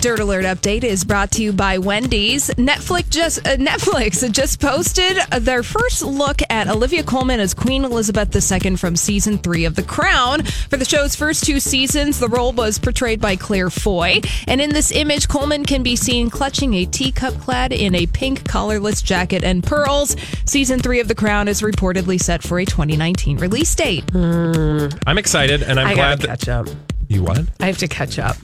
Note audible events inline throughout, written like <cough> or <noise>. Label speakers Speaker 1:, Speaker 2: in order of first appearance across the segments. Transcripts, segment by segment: Speaker 1: Dirt Alert update is brought to you by Wendy's. Netflix just uh, Netflix <laughs> just posted their first look at Olivia Colman as Queen Elizabeth II from season three of The Crown. For the show's first two seasons, the role was portrayed by Claire Foy, and in this image, Colman can be seen clutching a teacup clad in a pink collarless jacket and pearls. Season three of The Crown is reportedly set for a 2019 release date.
Speaker 2: I'm excited, and I'm
Speaker 3: I
Speaker 2: glad
Speaker 3: gotta
Speaker 2: that
Speaker 3: catch up.
Speaker 2: you what?
Speaker 3: I have to catch up.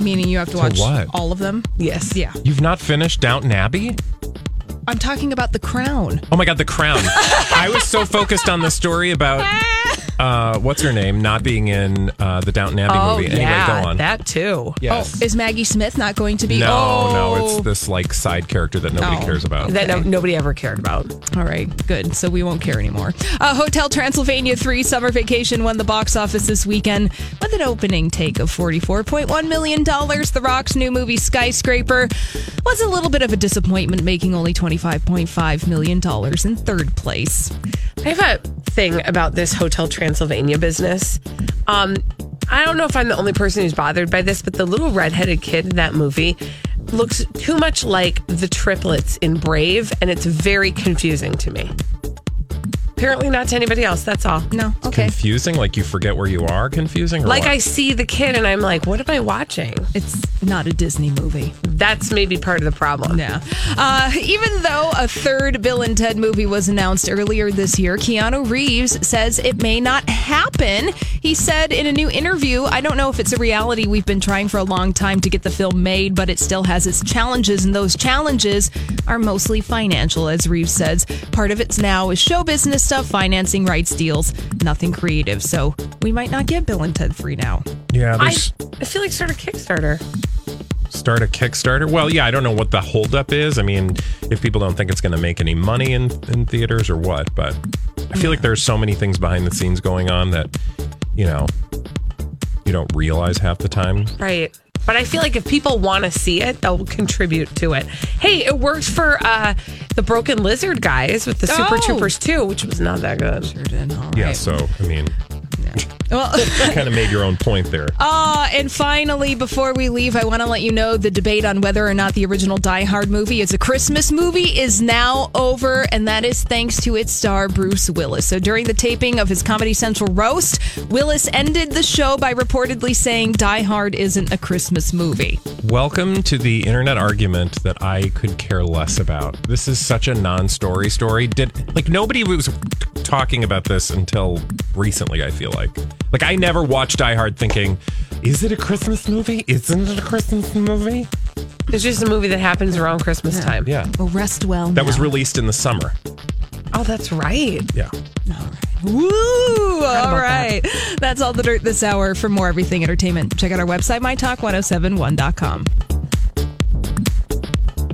Speaker 1: Meaning you have to watch
Speaker 2: what?
Speaker 1: all of them.
Speaker 3: Yes.
Speaker 1: Yeah,
Speaker 2: You've not finished Downton Abbey?
Speaker 1: I'm talking about The Crown.
Speaker 2: Oh my God, The Crown! I was so focused on the story
Speaker 3: <laughs>
Speaker 2: about uh, what's her name not being in uh, the Downton Abbey
Speaker 3: Oh,
Speaker 2: movie.
Speaker 3: yeah.
Speaker 2: anyway, go on.
Speaker 3: That Oh, too.
Speaker 2: yes.
Speaker 1: Is Maggie Smith not going to be?
Speaker 2: no,
Speaker 1: oh.
Speaker 2: no, it's this like side character that nobody
Speaker 1: Oh.
Speaker 2: cares about.
Speaker 3: That no, nobody ever cared about.
Speaker 1: All right, good. So we won't care anymore. Uh, Hotel Transylvania 3 Summer Vacation won the box office this weekend with an opening take of $44.1 million. The Rock's new movie Skyscraper was a little bit of a disappointment, making only $25.5 million in third place.
Speaker 3: I have a thing about this Hotel Transylvania business. Um, I don't know if I'm the only person who's bothered by this, but the little redheaded kid in that movie looks too much like the triplets in Brave, and it's very confusing to me. Apparently, not to anybody else. That's all.
Speaker 1: No, okay.
Speaker 2: Confusing, like you forget where you are. Confusing, or
Speaker 3: Like
Speaker 2: what?
Speaker 3: I see the kid and I'm like, what am I watching?
Speaker 1: It's not a Disney movie.
Speaker 3: That's maybe part of the problem.
Speaker 1: Yeah. Uh, even though a third Bill and Ted movie was announced earlier this year, Keanu Reeves says it may not happen. He said in a new interview, I don't know if it's a reality we've been trying for a long time to get the film made, but it still has its challenges, and those challenges are mostly financial, as Reeves says. Part of it's now is show business stuff, financing rights deals, nothing creative. So we might not get Bill and Ted 3 now.
Speaker 2: yeah,
Speaker 3: I,
Speaker 2: there's
Speaker 3: I feel like sort of Kickstarter.
Speaker 2: start a Kickstarter. Well, yeah, I don't know what the holdup is. I mean, if people don't think it's going to make any money in in theaters or what, but I feel like there's so many things behind the scenes going on that you know you don't realize half the time.
Speaker 3: Right. But I feel like if people want to see it, they'll contribute to it. Hey, it worked for uh, the Broken Lizard guys with the Super
Speaker 1: Oh.
Speaker 3: Troopers too, which was not that good.
Speaker 2: Yeah, so I mean,
Speaker 1: Well,
Speaker 2: you kind of made your own point there.
Speaker 1: Uh, and finally, before we leave, I want to let you know the debate on whether or not the original Die Hard movie is a Christmas movie is now over, and that is thanks to its star, Bruce Willis. So during the taping of his Comedy Central roast, Willis ended the show by reportedly saying Die Hard isn't a Christmas movie.
Speaker 2: Welcome to the internet argument that I could care less about. This is such a non-story story. Did like nobody was t- talking about this until recently, I feel like. Like I never watched Die Hard thinking, is it a Christmas movie? Isn't it a Christmas movie?
Speaker 3: It's just a movie that happens around Christmas time.
Speaker 2: Yeah.
Speaker 1: Well, rest well.
Speaker 2: That was released in the summer.
Speaker 3: Oh, that's right.
Speaker 2: Yeah.
Speaker 1: Woo! All right. oh That's all the dirt this hour. For more everything entertainment, check out our website, mytalk1071.com.